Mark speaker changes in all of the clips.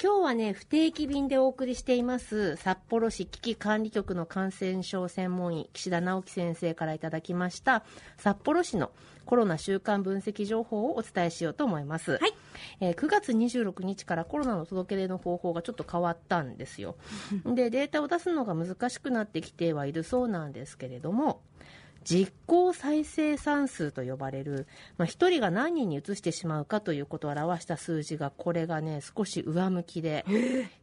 Speaker 1: 今日はね、不定期便でお送りしています、札幌市危機管理局の感染症専門医、岸田直樹先生からいただきました、札幌市のコロナ週間分析情報をお伝えしようと思います。
Speaker 2: はい
Speaker 1: えー9月26日からコロナの届け出の方法がちょっと変わったんですよ。で、データを出すのが難しくなってきてはいるそうなんですけれども、実効再生産数と呼ばれる、まあ、1人が何人に移してしまうかということを表した数字が、これがね、少し上向きで、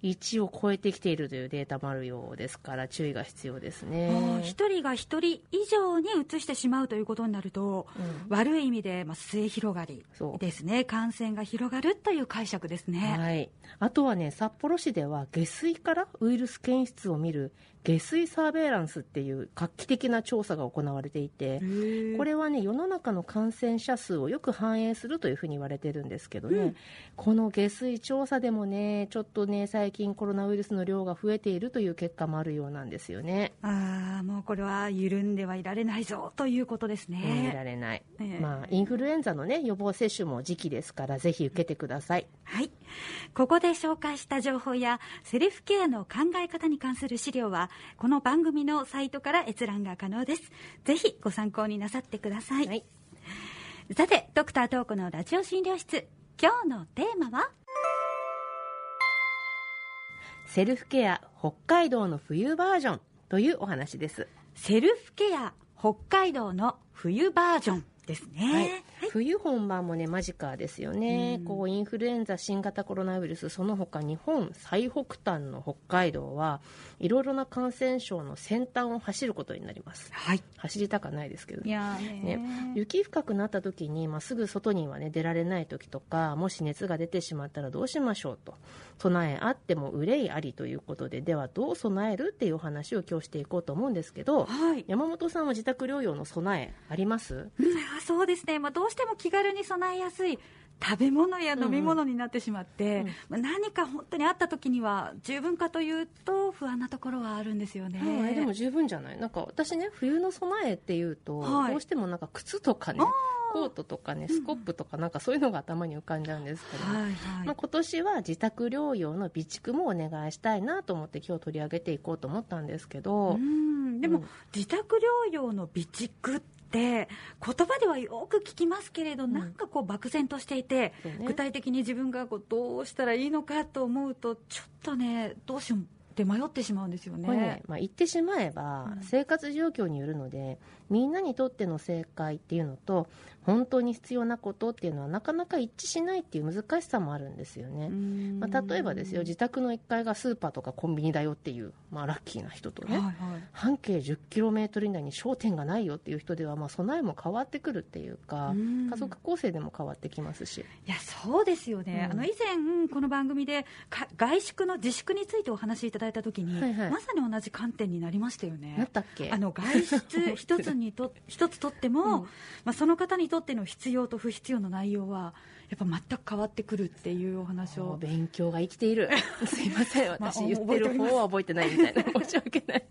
Speaker 1: 1を超えてきているというデータもあるようですから、注意が必要ですね。
Speaker 2: もう一人が一人以上に移してしまうということになると、悪い意味で、まあ、末広がり
Speaker 1: そう
Speaker 2: ですね感染が広がるという解釈ですね、
Speaker 1: はい、あとはね、札幌市では下水からウイルス検出を見る下水サーベイランスっていう画期的な調査が行われていて、これはね、世の中の感染者数をよく反映するというふうに言われてるんですけどね、この下水調査でもね、ちょっとね、最近コロナウイルスの量が増えているという結果もあるようなんですよね。
Speaker 2: ああもうこれは緩んではいられないぞということです
Speaker 1: やめ
Speaker 2: ね、
Speaker 1: られない、
Speaker 2: ええ
Speaker 1: まあ、インフルエンザの、ね、予防接種も時期ですからぜひ受けてください。
Speaker 2: はい、ここで紹介した情報やセルフケアの考え方に関する資料はこの番組のサイトから閲覧が可能ですぜひご参考になさってください、
Speaker 1: はい
Speaker 2: さてドクタートークのラジオ診療室今日のテーマは
Speaker 1: セルフケア北海道の冬バージョンというお話です、
Speaker 2: セルフケア北海道の冬バージョンですね。
Speaker 1: はい冬本番もね間近ですよねこうインフルエンザ新型コロナウイルスその他日本最北端の北海道はいろいろな感染症の先端を走ることになります
Speaker 2: はい。
Speaker 1: 走りたかないですけど
Speaker 2: い
Speaker 1: ね
Speaker 2: やー
Speaker 1: ね
Speaker 2: ね、
Speaker 1: 雪深くなった時に、まあ、すぐ外には、ね、出られない時とかもし熱が出てしまったらどうしましょうと備えあっても憂いありということでではどう備えるっていうお話を今日していこうと思うんですけど
Speaker 2: はい。
Speaker 1: 山本さんは自宅療養の備えあります
Speaker 2: うんあそうですね。まあどうしても気軽に備えやすい。食べ物や飲み物になってしまって、まあ何か本当にあった時には十分かというと不安なところはあるんですよね。
Speaker 1: はい、でも十分じゃないなんか私ね冬の備えっていうと、
Speaker 2: はい
Speaker 1: どうしてもなんか靴とかねコートとかねスコップとかなんかそういうのが頭に浮かんじゃうんですけど、
Speaker 2: はい
Speaker 1: ま
Speaker 2: は
Speaker 1: あ、今年は自宅療養の備蓄もお願いしたいなと思って今日取り上げていこうと思ったんですけ
Speaker 2: い。
Speaker 1: ど
Speaker 2: う、ん。でも、
Speaker 1: うん
Speaker 2: 自宅療養の備蓄って言葉ではよく聞きますけれど、
Speaker 1: ん
Speaker 2: なんかこう漠然としていて、
Speaker 1: そうね
Speaker 2: 具体的に自分がこうどうしたらいいのかと思うとちょっとねどうしようって迷ってしまうんですよね。
Speaker 1: これね、まあ、言ってしまえば
Speaker 2: うん
Speaker 1: 生活状況によるので、みんなにとっての正解っていうのと本当に必要なことっていうのはなかなか一致しないっていう難しさもあるんですよね。
Speaker 2: うん
Speaker 1: まあ、例えばですよ自宅の1階がスーパーとかコンビニだよっていう、まあ、ラッキーな人と
Speaker 2: はい
Speaker 1: ね、
Speaker 2: はい
Speaker 1: 半径 10km 以内に商店がないよっていう人では、まあ、備えも変わってくるっていうか、
Speaker 2: うん
Speaker 1: 家族構成でも変わってきますし、
Speaker 2: いやそうですよね、
Speaker 1: うん
Speaker 2: あの以前、この番組でか外食の自粛についてお話しいただいたときに、
Speaker 1: はいはい
Speaker 2: まさに同じ観点になりましたよ
Speaker 1: なっ
Speaker 2: ね。
Speaker 1: たっけ
Speaker 2: あの外出一 つにと一つとっても、
Speaker 1: うん
Speaker 2: まあ、その方にとっての必要と不必要の内容はやっぱ全く変わってくるっていうお話
Speaker 1: もう
Speaker 2: を
Speaker 1: 勉強が生きてい るすいません
Speaker 2: まあ
Speaker 1: 私言ってる方は覚えてないみたいな 申し訳ない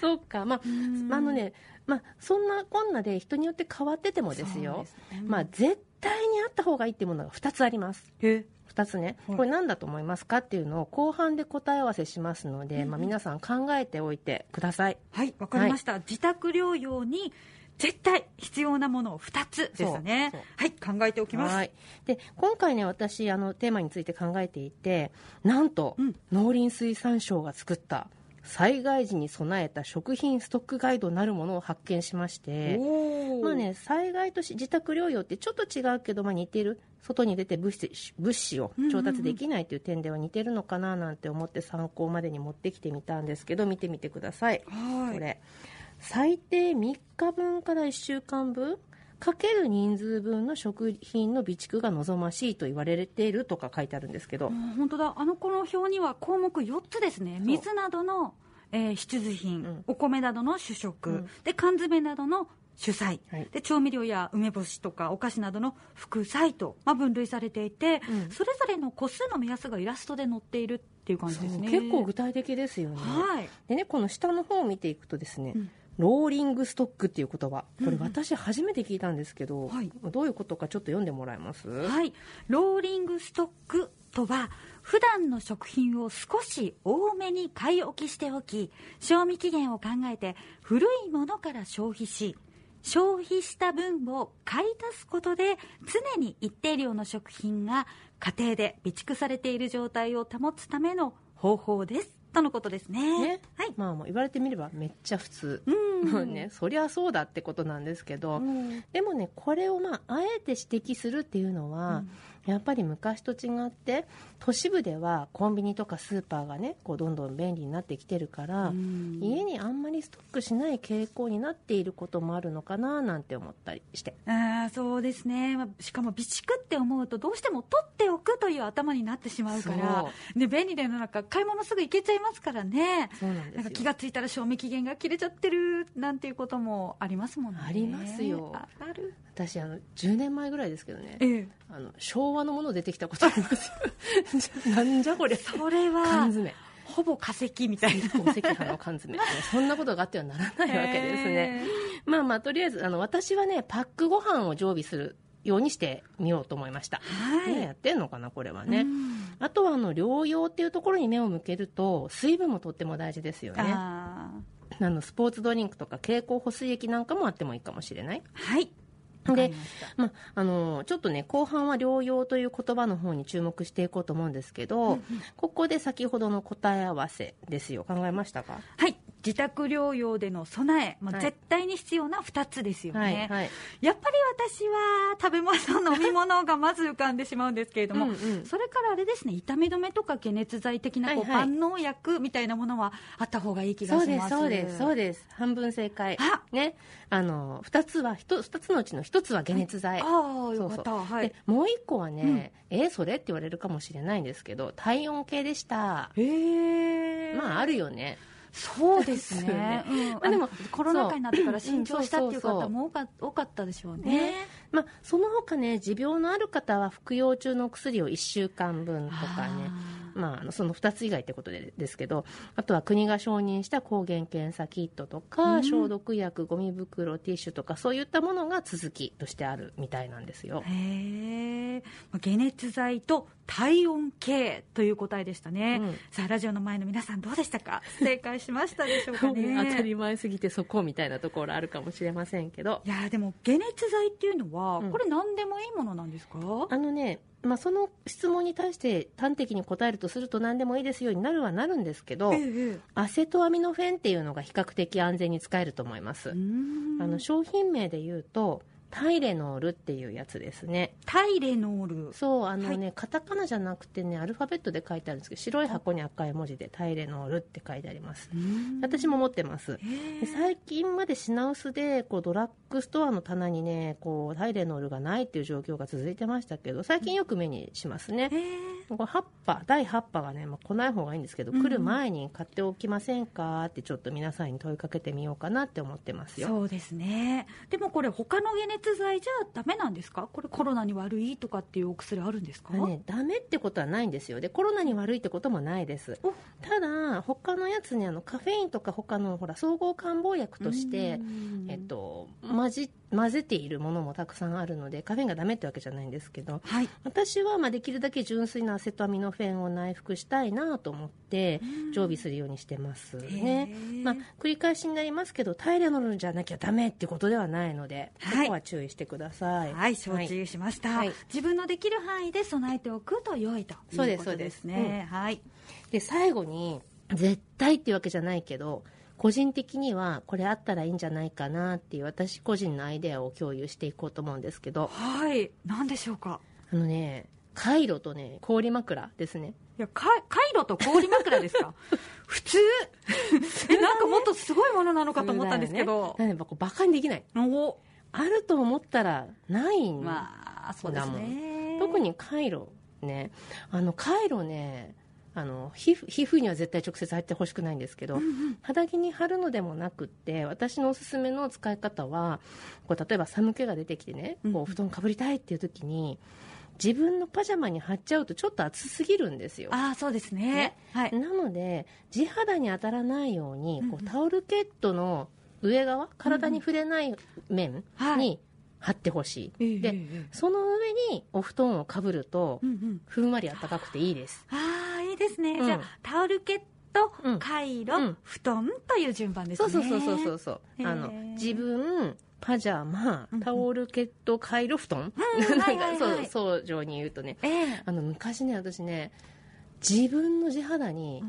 Speaker 1: そうかまあ
Speaker 2: うん
Speaker 1: あのねまあそんなこんなで人によって変わっててもです
Speaker 2: そう
Speaker 1: よ
Speaker 2: ですね
Speaker 1: まあ絶対にあった方がいいっていうものが2つあります
Speaker 2: え
Speaker 1: 2つね、
Speaker 2: はい
Speaker 1: これ何だと思いますかっていうのを後半で答え合わせしますので、まあ、皆さん考えておいてください。
Speaker 2: はい、わかりました。自宅療養に絶対必要なものを2つですね
Speaker 1: そうそ。
Speaker 2: はい、考えておきます。
Speaker 1: はいで今回ね私あのテーマについて考えていてなんと、
Speaker 2: うん
Speaker 1: 農林水産省が作った災害時に備えた食品ストックガイドなるものを発見しまして。
Speaker 2: おー
Speaker 1: まあね、災害とし自宅療養ってちょっと違うけど、まあ、似てる外に出て物資物資を調達できないという点では似てるのかななんて思って参考までに持ってきてみたんですけど見てみてください、
Speaker 2: はい
Speaker 1: これ最低3日分から1週間分かける人数分の食品の備蓄が望ましいと言われているとか書いてあるんですけど、
Speaker 2: もう本当だ。あのこの表には項目4つですね。
Speaker 1: う
Speaker 2: 水などの、えー必需品、
Speaker 1: うん
Speaker 2: お米などの主食、
Speaker 1: うん
Speaker 2: で缶詰などの主菜、
Speaker 1: はい
Speaker 2: で調味料や梅干しとかお菓子などの副菜と、まあ、分類されていて、
Speaker 1: うん
Speaker 2: それぞれの個数の目安がイラストで載っているっていう感じですね。
Speaker 1: そう結構具体的ですよね、
Speaker 2: はい。
Speaker 1: でねこの下の方を見ていくとですね、
Speaker 2: うん
Speaker 1: ローリングストックっていう言葉これ私初めて聞いたんですけど、
Speaker 2: はい
Speaker 1: どういうことかちょっと読んでもらえます、
Speaker 2: はい、ローリングストックとは普段の食品を少し多めに買い置きしておき賞味期限を考えて古いものから消費し消費した分を買い足すことで常に一定量の食品が家庭で備蓄されている状態を保つための方法ですとのことですね。
Speaker 1: ね
Speaker 2: はい、
Speaker 1: まあ、もう言われてみればめっちゃ普通、
Speaker 2: う ん
Speaker 1: ね、そりゃそうだってことなんですけど、
Speaker 2: うん
Speaker 1: でもねこれを、まあ、あえて指摘するっていうのは、やっぱり昔と違って都市部ではコンビニとかスーパーがねこうどんどん便利になってきてるから、
Speaker 2: うん
Speaker 1: 家にあんまりストックしない傾向になっていることもあるのかななんて思ったりして
Speaker 2: あーそうですね、まあしかも備蓄って思うと、どうしても取っておくという頭になってしまうから
Speaker 1: そ、
Speaker 2: ね、便利での中、買い物すぐ行けちゃいますからね、
Speaker 1: そうなん
Speaker 2: なんか気がついたら賞味期限が切れちゃってるなんていうこともありますもんね。
Speaker 1: ありますよ
Speaker 2: あある
Speaker 1: 私あの10年前ぐらいですけどね
Speaker 2: ええ、
Speaker 1: あの昭和のもの出てきたことあります よなんじゃこりゃ
Speaker 2: それ
Speaker 1: 缶
Speaker 2: は
Speaker 1: 詰
Speaker 2: ほぼ化石みたいな。
Speaker 1: お赤飯の缶詰そんなことがあってはならないわけですね、まあまあとりあえずあの私はねパックご飯を常備するようにしてみようと思いました、
Speaker 2: は
Speaker 1: ね
Speaker 2: い。
Speaker 1: やってんのかなこれはね、
Speaker 2: うん
Speaker 1: あとはあの療養っていうところに目を向けると水分もとっても大事ですよね
Speaker 2: あ
Speaker 1: あのスポーツドリンクとか経口補水液なんかもあってもいいかもしれない
Speaker 2: ーはい。
Speaker 1: で
Speaker 2: わかりました
Speaker 1: まあ、あのちょっとね後半は療養という言葉の方に注目していこうと思うんですけど、ここで先ほどの答え合わせですよ考えましたか、
Speaker 2: はい。自宅療養での備え、まあ
Speaker 1: はい
Speaker 2: 絶対に必要な2つですよね。
Speaker 1: はいはい
Speaker 2: やっぱり私は食べ物、飲み物がまず浮かんでしまうんですけれども、
Speaker 1: うんうん
Speaker 2: それからあれですね、痛み止めとか解熱剤的なこう、
Speaker 1: はいはい
Speaker 2: 万能薬みたいなものはあった方がいい気が
Speaker 1: そう
Speaker 2: し
Speaker 1: で
Speaker 2: ますす。
Speaker 1: そうですそう
Speaker 2: で
Speaker 1: です半分正解
Speaker 2: あ
Speaker 1: ねあの2つは 1, つのうちの1つは解熱剤、
Speaker 2: ああ、よかった。はい。
Speaker 1: でもう1個はね、えそれって言われるかもしれないんですけど体温計でした
Speaker 2: え
Speaker 1: まああるよね
Speaker 2: そうです
Speaker 1: ですよね
Speaker 2: ね。うん
Speaker 1: あでも
Speaker 2: あのコロナ禍になってから慎重したっていう
Speaker 1: そうそうそ
Speaker 2: 方
Speaker 1: う
Speaker 2: も多か多かったでしょうね
Speaker 1: ね。まあ、その他ね持病のある方は服用中の薬を1週間分とかね
Speaker 2: あー
Speaker 1: まああの、その2つ以外ってことでですけどあとは国が承認した抗原検査キットとか、
Speaker 2: うん
Speaker 1: 消毒薬ゴミ袋ティッシュとかそういったものが続きとしてあるみたいなんですよ。
Speaker 2: へえ、まあ解熱剤と体温計という答えでしたね、
Speaker 1: うん
Speaker 2: さあラジオの前の皆さんどうでしたか正解しましたでしょうか
Speaker 1: 当 た
Speaker 2: ね
Speaker 1: り前すぎてそこみたいなところあるかもしれませんけど
Speaker 2: いやーでも解熱剤っていうのは、
Speaker 1: うん
Speaker 2: これ何でもいいものなんですか
Speaker 1: あのね、まあ、その質問に対して端的に答えるとすると何でもいいですよになるはなるんですけど
Speaker 2: ええ
Speaker 1: アセトアミノフェンっていうのが比較的安全に使えると思います。
Speaker 2: うーん
Speaker 1: あの商品名で言うとタイレノールっていうやつですね
Speaker 2: タイレノール
Speaker 1: そうあのね、カタカナじゃなくてねアルファベットで書いてあるんですけど白い箱に赤い文字でタイレノールって書いてあります私も持ってます
Speaker 2: へー
Speaker 1: で最近まで品薄でこうドラッグストアの棚にねこうタイレノールがないっていう状況が続いてましたけど最近よく目にしますね
Speaker 2: へー
Speaker 1: これ葉っぱ第8波がね、まあ、来ない方がいいんですけど、
Speaker 2: うん
Speaker 1: 来る前に買っておきませんかってちょっと皆さんに問いかけてみようかなって思ってますよ
Speaker 2: そうですねでもこれ他の解熱剤じゃダメなんですかこれコロナに悪いとかっていうお薬あるんですか、
Speaker 1: ね、ダメってことはないんですよでコロナに悪いってこともないです
Speaker 2: お
Speaker 1: ただ他のやつにあのカフェインとか他のほら総合漢方薬として
Speaker 2: う、ん
Speaker 1: えっと、混じ混ぜているものもたくさんあるのでカフェインがダメってわけじゃないんですけど
Speaker 2: はい
Speaker 1: 私はまあできるだけ純粋なアセトアミノフェンを内服したいなと思って常備するようにしてますね、
Speaker 2: へー
Speaker 1: まあ、繰り返しになりますけどタイレノールじゃなきゃダメってことではないので、
Speaker 2: は
Speaker 1: そ
Speaker 2: い
Speaker 1: こは注意してください。
Speaker 2: はい、承知しました、
Speaker 1: はい
Speaker 2: 自分のできる範囲で備えておくと良いという
Speaker 1: そうで
Speaker 2: こ
Speaker 1: す
Speaker 2: とですね。はい。
Speaker 1: で最後に絶対っていうわけじゃないけど個人的にはこれあったらいいんじゃないかなっていう私個人のアイデアを共有していこうと思うんですけど
Speaker 2: はい、なんでしょうか。
Speaker 1: あのねカイロとね氷枕ですね
Speaker 2: いや、かカイロと氷枕ですか。 普通。え、なんかもっとすごいものなのかと思ったんですけど
Speaker 1: 普通。だよね、なんでやっぱこうバカにできない
Speaker 2: お、
Speaker 1: あると思ったらないん、
Speaker 2: まあ、そうですね。
Speaker 1: 特。にカイロねあのカイロねあの皮膚皮膚には絶対直接入ってほしくないんですけど、肌着に貼るのでもなくって私のおすすめの使い方はこう例えば寒気が出てきてね
Speaker 2: うん
Speaker 1: こう布団かぶりたいっていう時に自分のパジャマに貼っちゃうとちょっと暑すぎるんですよ。
Speaker 2: ああ、そうですね。
Speaker 1: ね
Speaker 2: はい。
Speaker 1: なので地肌に当たらないように
Speaker 2: うん
Speaker 1: こ
Speaker 2: うん
Speaker 1: うタオルケットの上側体に触れない面
Speaker 2: はい
Speaker 1: に貼ってほしい。
Speaker 2: え
Speaker 1: で、
Speaker 2: え
Speaker 1: その上にお布団をかぶると
Speaker 2: う、んうん、
Speaker 1: ふんわり暖かくていいです。
Speaker 2: ああいいですね、
Speaker 1: うん
Speaker 2: じゃあタオルケット、
Speaker 1: うん
Speaker 2: カイロ、
Speaker 1: うん
Speaker 2: 布団という順番です
Speaker 1: そう
Speaker 2: ね
Speaker 1: そうそうそうそううそう。
Speaker 2: へー
Speaker 1: あの自分パジャマ
Speaker 2: うんうん
Speaker 1: タオルケットカイロ布団、
Speaker 2: うん
Speaker 1: な
Speaker 2: は
Speaker 1: ん
Speaker 2: いはいはい
Speaker 1: かそうそう上に言うとね、
Speaker 2: ええ
Speaker 1: あの昔ね私ね自分の地肌に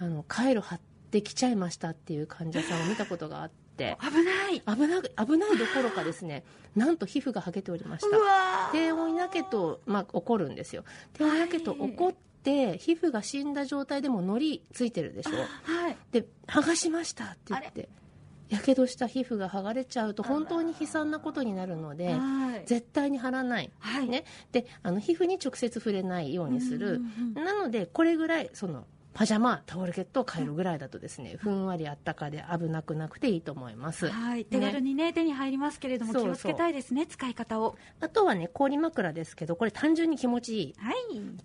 Speaker 1: あのカイロ貼ってきちゃいましたっていう患者さんを見たことがあって。
Speaker 2: 危
Speaker 1: 危
Speaker 2: ない
Speaker 1: なく危ないどころかです ねなんと皮膚が剥げておりました
Speaker 2: うわー
Speaker 1: 低温やけと、まあ、起こるんですよ低温やけと起こって皮膚が死んだ状態でものりついてるでしょ
Speaker 2: はい
Speaker 1: で剥がしましたって言ってやけどした皮膚が剥がれちゃうと
Speaker 2: あら
Speaker 1: 本当に悲惨なことになるので
Speaker 2: はい
Speaker 1: 絶対に貼らない、
Speaker 2: はい
Speaker 1: ね、であの皮膚に直接触れないようにする
Speaker 2: うんうんうん
Speaker 1: なのでこれぐらいそのパジャマタオルケットを変えるぐらいだとですねふんわりあったかで危なくなくていいと思います
Speaker 2: はい、手軽にね手に入りますけれども
Speaker 1: そう
Speaker 2: 気
Speaker 1: そう
Speaker 2: をつけたいですね使い方を
Speaker 1: あとはね氷枕ですけどこれ単純に気持ちいい
Speaker 2: はい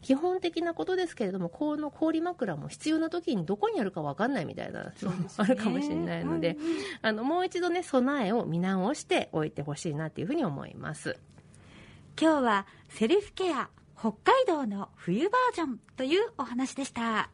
Speaker 1: 基本的なことですけれどもこの氷枕も必要な時にどこにあるか分かんないみたいなのもあるかもしれないので、
Speaker 2: うんうん
Speaker 1: あのもう一度ね備えを見直しておいてほしいなっていうふうに思います
Speaker 2: 今日はセルフケア北海道の冬バージョンというお話でした